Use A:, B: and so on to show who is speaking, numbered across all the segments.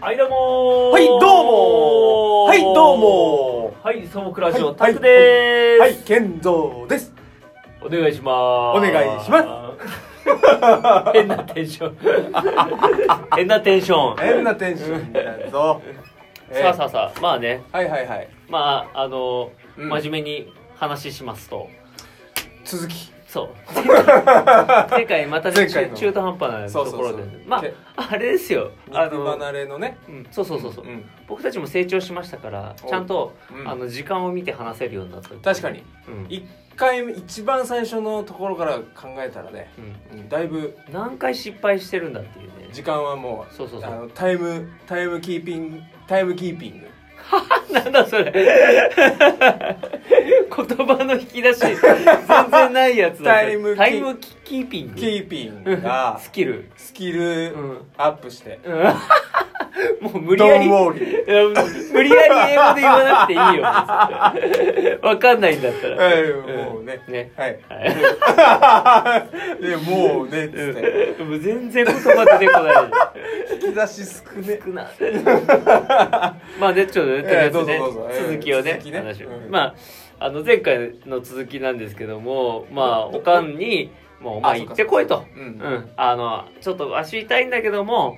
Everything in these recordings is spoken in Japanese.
A: はいどうもー
B: はい、どうもはい、どうも
A: はいサボクラジオ
B: はい
A: タクでーす、
B: はい、健 三です。
A: お願いしまーす
B: お願いします
A: 変なテンション 変なテンション
B: 変なテンションだぞ。えー
A: さあさあさあまあね
B: はいはいはい。
A: まああの、
B: うん
A: 真面目に話しますと
B: 続き。
A: そう前回またね
B: 前回
A: 中
B: の
A: 中途半端な
B: そう
A: と
B: そ
A: こ
B: う
A: ろ
B: そう
A: でま
B: け
A: ああれですよあ
B: 肉
A: の
B: 離れのね。
A: うん、そうそうそうそう、
B: ん。
A: 僕たちも成長しましたから
B: お
A: ちゃんと、
B: うん
A: あの時間を見て話せるようになった
B: 確かに、
A: うん
B: 一回目、一番最初のところから考えたらね、
A: うん
B: うんだいぶ
A: 何回失敗してるんだっていうね
B: 時間はもう、
A: そうそうそ
B: あ
A: う
B: のタイム、タイムキーピング、タイムキーピング。
A: なんだそれ 言葉の引き出し全然ないやつだ
B: タイムキ
A: タイムキキーピング
B: キーピングが
A: スキル
B: スキル
A: うん
B: アップして、
A: うん もう無理
B: ドン
A: や
B: ウ
A: り
B: ォーリー。
A: うん無理やり英語で言わなくてい いよわかんないんだったら
B: えーもうね。
A: ね
B: はい。
A: はい
B: で、もう ね、つって。
A: うんもう全然言葉出てこない
B: 引き出し少ね
A: 少な まあねちょっとねとりあえずね
B: えーどうぞどうぞえー
A: 続きをね
B: 続きね
A: 話を
B: うん
A: まああの前回の続きなんですけどもまあおかんに「もうお
B: あ
A: 前
B: そう
A: 行
B: か
A: ってこい」と
B: うん
A: 「うんあのちょっと足痛いんだけども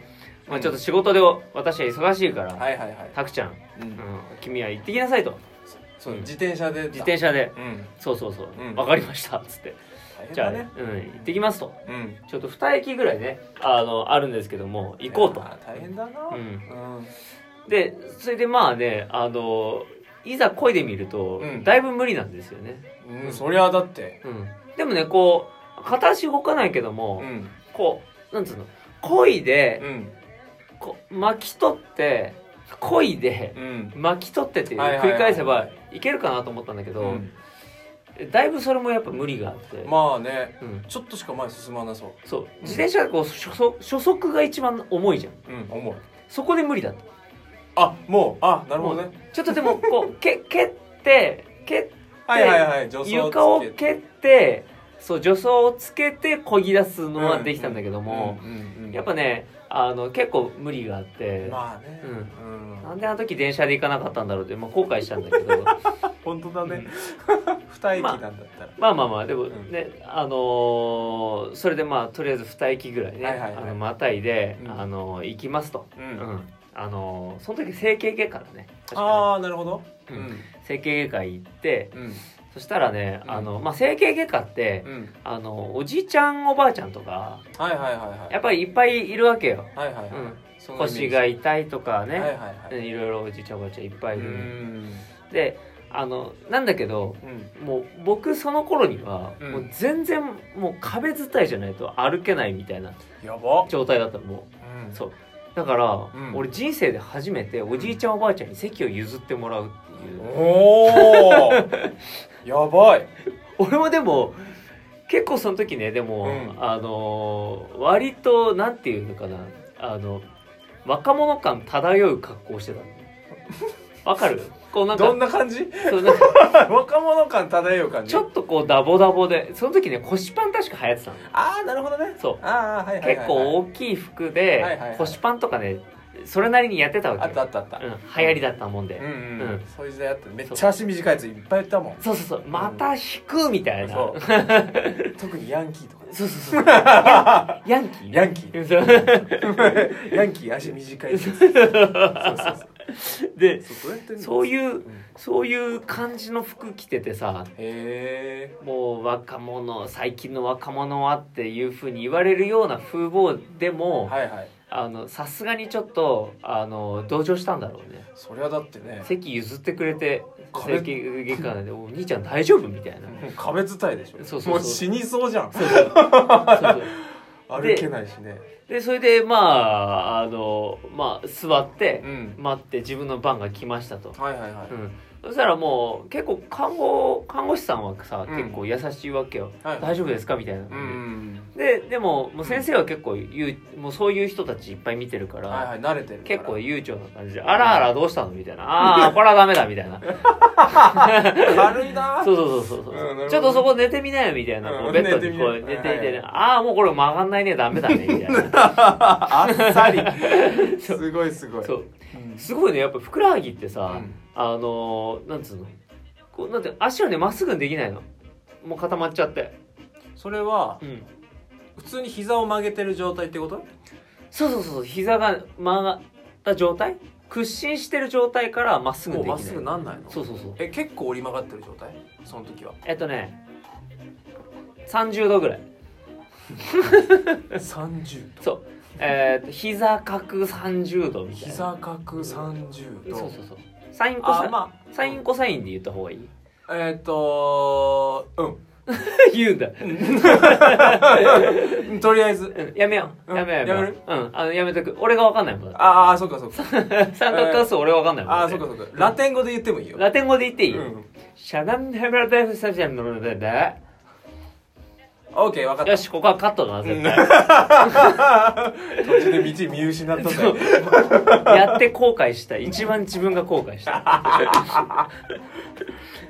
A: まあちょっと仕事で私は忙しいから
B: はいはいはい、
A: たくちゃん
B: うん
A: うん君は行ってきなさい」と
B: そう自転車で
A: 自転
B: 車
A: 車で
B: うん
A: 「そうそうそう
B: うん
A: 分かりました」っつって「
B: 大変
A: じゃ
B: だ
A: あ
B: ね
A: うん行ってきます」と
B: うん
A: ちょっと2駅ぐらいねあのあるんですけども行こうと
B: いやー大変だな
A: うん
B: うん
A: でそれでまあねあのいざ漕いでみると、
B: うん
A: だいぶ無理なんですよね、
B: うん、そりゃだって
A: うん、でもねこう片足動かないけども、
B: ん
A: こうなんつうの漕いで、
B: うん
A: こう巻き取って漕いで
B: うん
A: 巻き取ってっていう
B: はいはいはい
A: 繰り返せばいけるかなと思ったんだけど、
B: うん
A: だいぶそれもやっぱ無理があって、
B: まあね
A: うん、
B: ちょっとしか前進まなそう
A: そう自転車こう初速初速が一番重いじゃん
B: うん思う
A: そこで無理だった
B: あもうあなるほどね
A: ちょっとでもこう け蹴って蹴って
B: はいはいはい助走
A: 床を
B: つけ
A: 蹴ってそう助走をつけてこぎ出すのはできたんだけども、
B: うんうんうん
A: やっぱねあの結構無理があって、
B: まあね
A: うん
B: ん
A: なんであの時電車で行かなかったんだろうって、まあ、後悔したんだけ ど
B: 本当だ
A: うん
B: ね 二駅なんだったら
A: まあまあまあでも
B: うん
A: ね、あのーそれでまあとりあえず二駅ぐらいね、
B: はいはいはい
A: あのまたいで、
B: うん
A: あのー行きますと、
B: う
A: うんんあのーその時整形外科だね確か
B: ああなるほど
A: う
B: うんん
A: に整形外科行って
B: うん
A: そしたらね、
B: うん
A: あのまあ、整形外科って、
B: うん
A: あのおじいちゃんおばあちゃんとか
B: はいはいはいはい
A: やっぱりいっぱいいるわけよ、
B: はいはいはい、
A: うん
B: そのイメージ
A: 腰が痛いとかね、
B: はいはい
A: い
B: はい、
A: いろいろおじいちゃんおばあちゃんいっぱいいうる
B: ん
A: であのなんだけど
B: うん
A: もう僕その頃には、
B: うん
A: もう全然もう壁伝いじゃないと歩けないみたいな
B: やば、
A: 状態だったのも
B: うん
A: うそうだから、
B: うん
A: 俺人生で初めておじいちゃんおばあちゃんに席を譲ってもらうっていう、
B: おお やばい
A: 俺もでも結構その時ねでも、
B: うん
A: あのー割となんていうのかなあの若者感漂う格好を してたのわかるこうなんか
B: どんな感じ
A: そうなんか
B: 若者感漂う感 じ
A: ちょっとこうダボダボでその時ね腰パン確か流行ってたの
B: ああなるほどね
A: そう
B: ああはいはいはい、
A: 結構大きい服で、
B: はいはいはい
A: 腰パンとかねそれなりにやってたわけ
B: あ
A: よ
B: ったあったあった、
A: うん、流行りだったもんで、
B: うんうん、
A: う
B: うんん、そういう時代あっためっちゃ足短いやついっぱいいた もん
A: そうそうそうまた引くみたいな、
B: そう特にヤンキーとかね
A: そうそうそうヤンヤンキー
B: ヤンキー
A: そう
B: ヤンキー足短いやつ そうそうそう
A: で
B: そうどうやってんの
A: そういう
B: うん
A: そういう感じの服着ててさ
B: へえ
A: もう若者最近の若者はっていうふうに言われるような風貌でも
B: はいはい
A: あのさすがにちょっとあの同情したんだろうね
B: そりゃだってね
A: 席譲ってくれて
B: 壁
A: 整形外科なんで「お兄ちゃん大丈夫?」みた いな
B: もう壁伝いでし
A: そ
B: ょ
A: うそうそう
B: もう死にそうじゃん
A: そうそうそうそう
B: 歩けないしね
A: でそれでまああのまあ座って
B: うん
A: 待って自分の番が来ましたと、
B: はいはいはい、
A: うん、そしたらもう結構看護看護師さんはさ、
B: うん
A: 結構優しいわけよ、
B: はい
A: 大丈夫ですかみたいな、
B: うん
A: ででももう先生は結構言うもうそういう人たちいっぱい見てるから、
B: はいはい慣れてるから
A: 結構悠長な感じで「あらあらどうしたの?」みたいな「ああこれはダメだ」みたい な
B: 軽いな
A: そうそうそうそう
B: うんなるほ
A: そ
B: ど
A: うちょっとそこ寝てみなよみたいな
B: うん
A: こうベッドにこう
B: 寝
A: 寝て
B: てみなよ
A: いて
B: はいは
A: ね「ああもうこれ曲がんないねダメだね」み たいな
B: あっさりすごいすごい
A: そう
B: うん
A: すごいねやっぱふくらはぎってさ、
B: うん
A: あのーなんつうのこうなんて足をねまっすぐにできないのもう固まっちゃって
B: それは
A: うん
B: 普通に膝を曲げてる状態ってこと
A: そうそうそう膝が曲がった状態屈伸してる状態からまっすぐ
B: も
A: に
B: う
A: できな
B: まっ
A: い
B: すぐなんないの
A: そうそうそう
B: え結構折り曲がってる状態その時は
A: えっとね30度ぐらい
B: 30度
A: そうえー、と膝角30度みたいな
B: 膝角30度
A: そうそうそうサインコ
B: あ
A: サイン、
B: ま
A: サインコサインで言った方が いい
B: あえっ、とう
A: 言うんだ
B: んとりあえず
A: うんやめよう
B: うん
A: やめようやめよ
B: やめ
A: う
B: る
A: うんあのやめとく俺が分かんないもんだ
B: ああそっかそっか
A: って三角関数俺が分かんないもん
B: あ
A: だ
B: あ
A: って
B: そっかそっかラテン語で言ってもいいよ
A: ラテン語で言っていい、
B: うん
A: シャナンヘブラダイフサジャンのだだ
B: オッケー分かった
A: よしここはカットだな絶対
B: 途中で道見失ったんだよ
A: やって後悔した一番自分が後悔した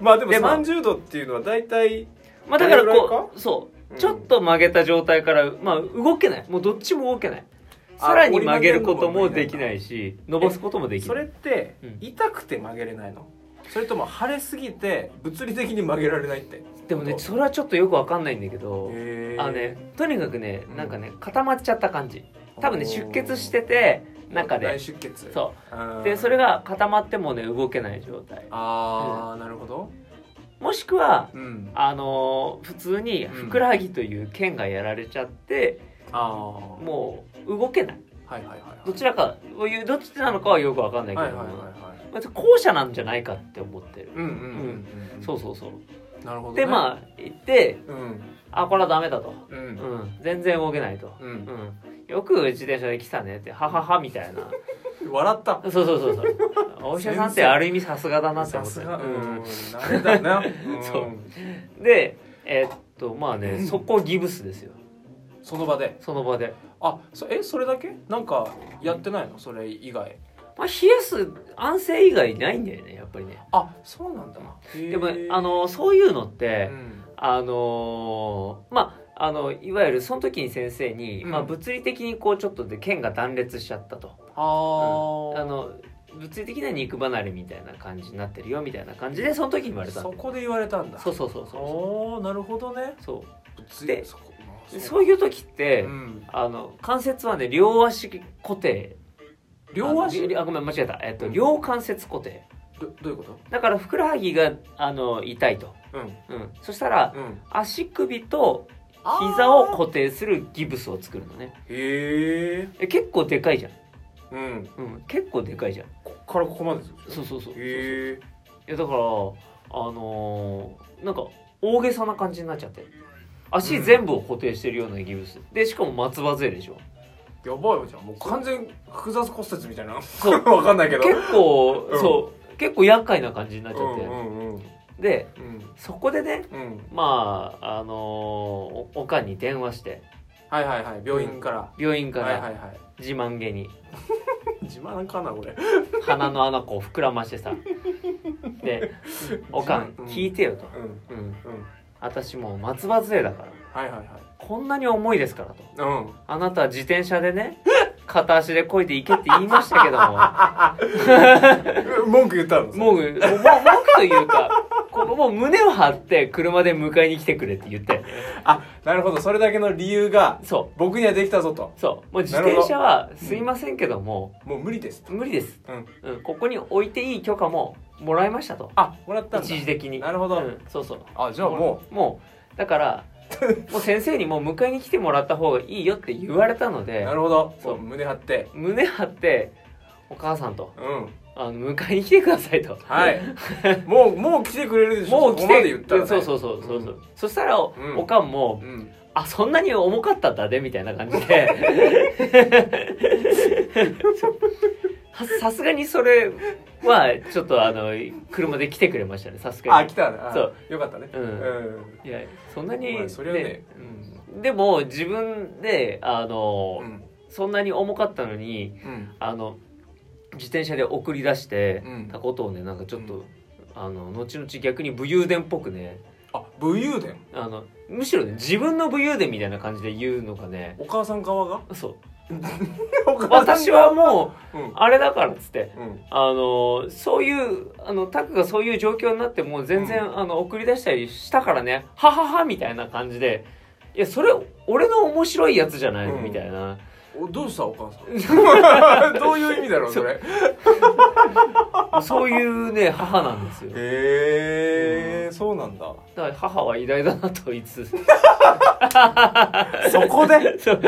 B: まあでも
A: でも
B: 30度っていうのは大体
A: まあだから
B: どれぐらい
A: こうそう、
B: うん
A: ちょっと曲げた状態からまあ動けないもうどっちも動けない
B: あ
A: さらに曲げることもできないし伸ばすこともでき
B: そ
A: な
B: れ
A: い
B: って
A: うん
B: 痛くて曲げれないのそれとも腫れすぎて物理的に曲げられないって
A: でもねそれはちょっとよくわかんないんだけど、
B: へー
A: あのねとにかくね
B: うん
A: なんかね固まっちゃった感じ多分ね
B: おー
A: 出血してて中
B: 内
A: で
B: 出血
A: そううんでそれが固まってもね動けない状態
B: ああなるほど
A: もしくは
B: うん
A: あのー普通にふくらはぎという腱がやられちゃって、
B: ああはい
A: もう動けない
B: はいはいはい
A: どちらかどっちなのかはよくわかんないけ
B: はい
A: ど
B: はい
A: も、
B: はいはい
A: まず後者なんじゃないかって思ってる、
B: うんうんうんうん
A: そうそうそう、
B: なるほど
A: で
B: あ
A: まあ行って
B: うん
A: あこれはダメだと、う
B: う
A: んん、全然動けないと、
B: うん
A: うん、よく自転車で来たねってはははみたいな
B: 笑った
A: そうそうそうそ うお医者さんってある意味さすがだなって
B: さ
A: 思った
B: すがう
A: うんん
B: 慣れ だなうん
A: そうでえっとまあね、
B: うん
A: そこギブスですよ
B: その場で
A: その場で、
B: あそえそれだけなんかやってないのそれ以外
A: まあ、冷やす安静以外ないんだよねやっぱりね
B: あそうなんだで
A: でもあのそういうのって、
B: うん
A: あのーまああのいわゆるその時に先生に、
B: うん
A: まあ、物理的にこうちょっとで腱が断裂しちゃったと、
B: あ
A: あ
B: あ
A: の物理的な肉離れみたいな感じになってるよみたいな感じでその時に言われたんだ
B: そ
A: よ
B: こで言われたんだ
A: そうそうそうそ
B: おおなるほどね
A: うそう
B: で
A: で
B: そこ
A: でそういう時って、
B: うん
A: あの関節はね両足固定
B: 両
A: あ
B: 足
A: り
B: ど
A: あごめん間違えた、えっと
B: うん
A: 両関節固定
B: どういうこ
A: だからふくらはぎがあの痛いと、
B: とうん
A: うん、そしたら
B: うん
A: 足首と
B: あー
A: 膝を固定するギブスを作るのね
B: へえ
A: え結構でかいじゃん、
B: うん
A: うん、結構でかいじゃん
B: こっからここまでですよ
A: そうそうそうい
B: へえ
A: やだからあのーなんか大げさな感じになっちゃって足全部を固定してるようなギブスでしかも松葉杖でしょ
B: やばいわじゃんもう完全複雑骨折みたいな
A: そう
B: わかんないけど
A: 結構、
B: うん
A: そう結構厄介な感じになっちゃって、
B: うんうんうん
A: で
B: うん
A: そこでね
B: うん
A: まああのーおおかんに電話して
B: はいはいはい病院から
A: 病院か
B: はいは
A: ら
B: いはい
A: 自慢げに
B: 自慢かなこれ
A: 鼻の穴こう膨らまして さで「おかん
B: うん
A: 聞いてよ」と
B: う
A: 「
B: ん
A: うん
B: うん
A: 私もう松葉杖だから
B: はいはいはい
A: こんなに重いですから」と
B: うん
A: 「あなたは自転車でね片足で漕いで行けって言いましたけども
B: 文句言ったの
A: もうもう
B: う
A: 文句というかこのもう胸を張って車で迎えに来てくれって言って
B: あなるほどそれだけの理由が
A: そ
B: 僕にはできたぞと
A: うそうもう自転車はすいませんけども
B: もう無理です
A: 無理です、
B: うん
A: うん、ここに置いていい許可ももらいましたと
B: あもらったんだ
A: 一時的に
B: なるほど
A: うん、そうそう
B: あじゃあも
A: うもうだから もう先生にもう迎えに来てもらった方がいいよって言われたの
B: う
A: で
B: なるほど
A: そう
B: もう胸張って
A: 胸張って「お母さんと
B: うん
A: あの迎えに来てください」と
B: はいもうもう来てくれるでしょ
A: もう来
B: そこま
A: て
B: で言ったらね
A: そうそうそうそうそう、そしたらお,、
B: うん
A: かんも
B: う、ん
A: あそんなに 重かったんだねみたいな感じではさすがにそれはちょっとあの車で来てくれましたねさすが
B: あ
A: に
B: 来たねあ
A: そう
B: よかったね
A: うん
B: うん
A: いやそんなに、
B: まあそれはね
A: うんでも自分であの、
B: うん
A: そんなに重かったのに
B: うん
A: あの自転車で送り出して
B: うん
A: たことをねなんかちょっと、
B: うん
A: あの後々逆に武勇伝っぽくね
B: あ武勇伝
A: あのむしろね自分の武勇伝みたいな感じで言うのがね
B: お母さん側が
A: そう
B: お母さん
A: 私はもう
B: うん
A: あれだからっつって
B: うん
A: あのそういうあのタクがそういう状況になってもう全然、
B: う
A: あの送り出したりしたからねはははみたいな感じでいやそれ俺の面白いやつじゃない、
B: うん
A: みたいな
B: おどうしたお母さん どういう意味だろうそれ
A: そういうね 母なんですよ
B: へえそうなんだ
A: だから母は偉大だなとい つ
B: そこで
A: そう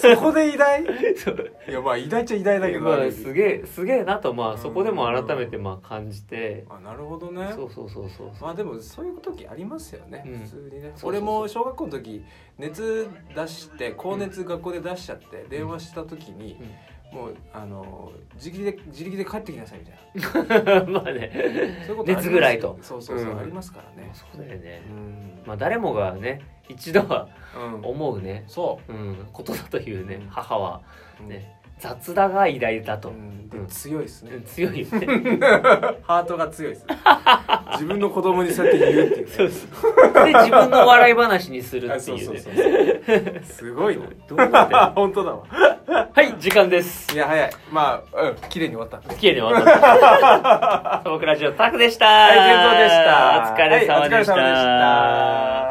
B: そこで偉大
A: そう
B: いやまあ偉大っちゃ偉大だけど
A: ま
B: ある
A: あ
B: 意味
A: すげえすげえなとまあそこでも
B: うん
A: 改めてまあ感じて
B: あなるほどね
A: そうそうそうそう
B: まあでもそういう時ありますよね、
A: うん
B: 普通にね
A: そうそう
B: 俺も小学校の時熱出して高熱学校で出しちゃって電話した時に、もうあの自力で自力で帰ってきなさいみたい な
A: まあね
B: そういうことあります
A: 熱ぐらいと
B: そうそうそう、
A: うん
B: ありますからね
A: そうだよね
B: うん、
A: まあ誰もがね一度は
B: うん
A: 思うね、
B: そ
A: うん、ことだというね
B: うん
A: 母は
B: う、
A: ね雑だが偉大だ
B: う
A: と、
B: ん、
A: う
B: で
A: ん
B: 強いですね、
A: 強いよね
B: ハートが強いです 自分の子供 にそうやって言うっていう,、ね、
A: そうそうで自分の笑い話にする
B: あ
A: って
B: そ
A: いうう
B: そう
A: ね
B: そうそうすごいね
A: どうなんだよ
B: 本当だわ
A: はい時間です
B: いや早いまあうん綺麗に終わった
A: 綺麗に 終わった。トークラジオタクでした。
B: はい、健三でした。
A: お疲れ様でした。
B: はいお疲れ様でした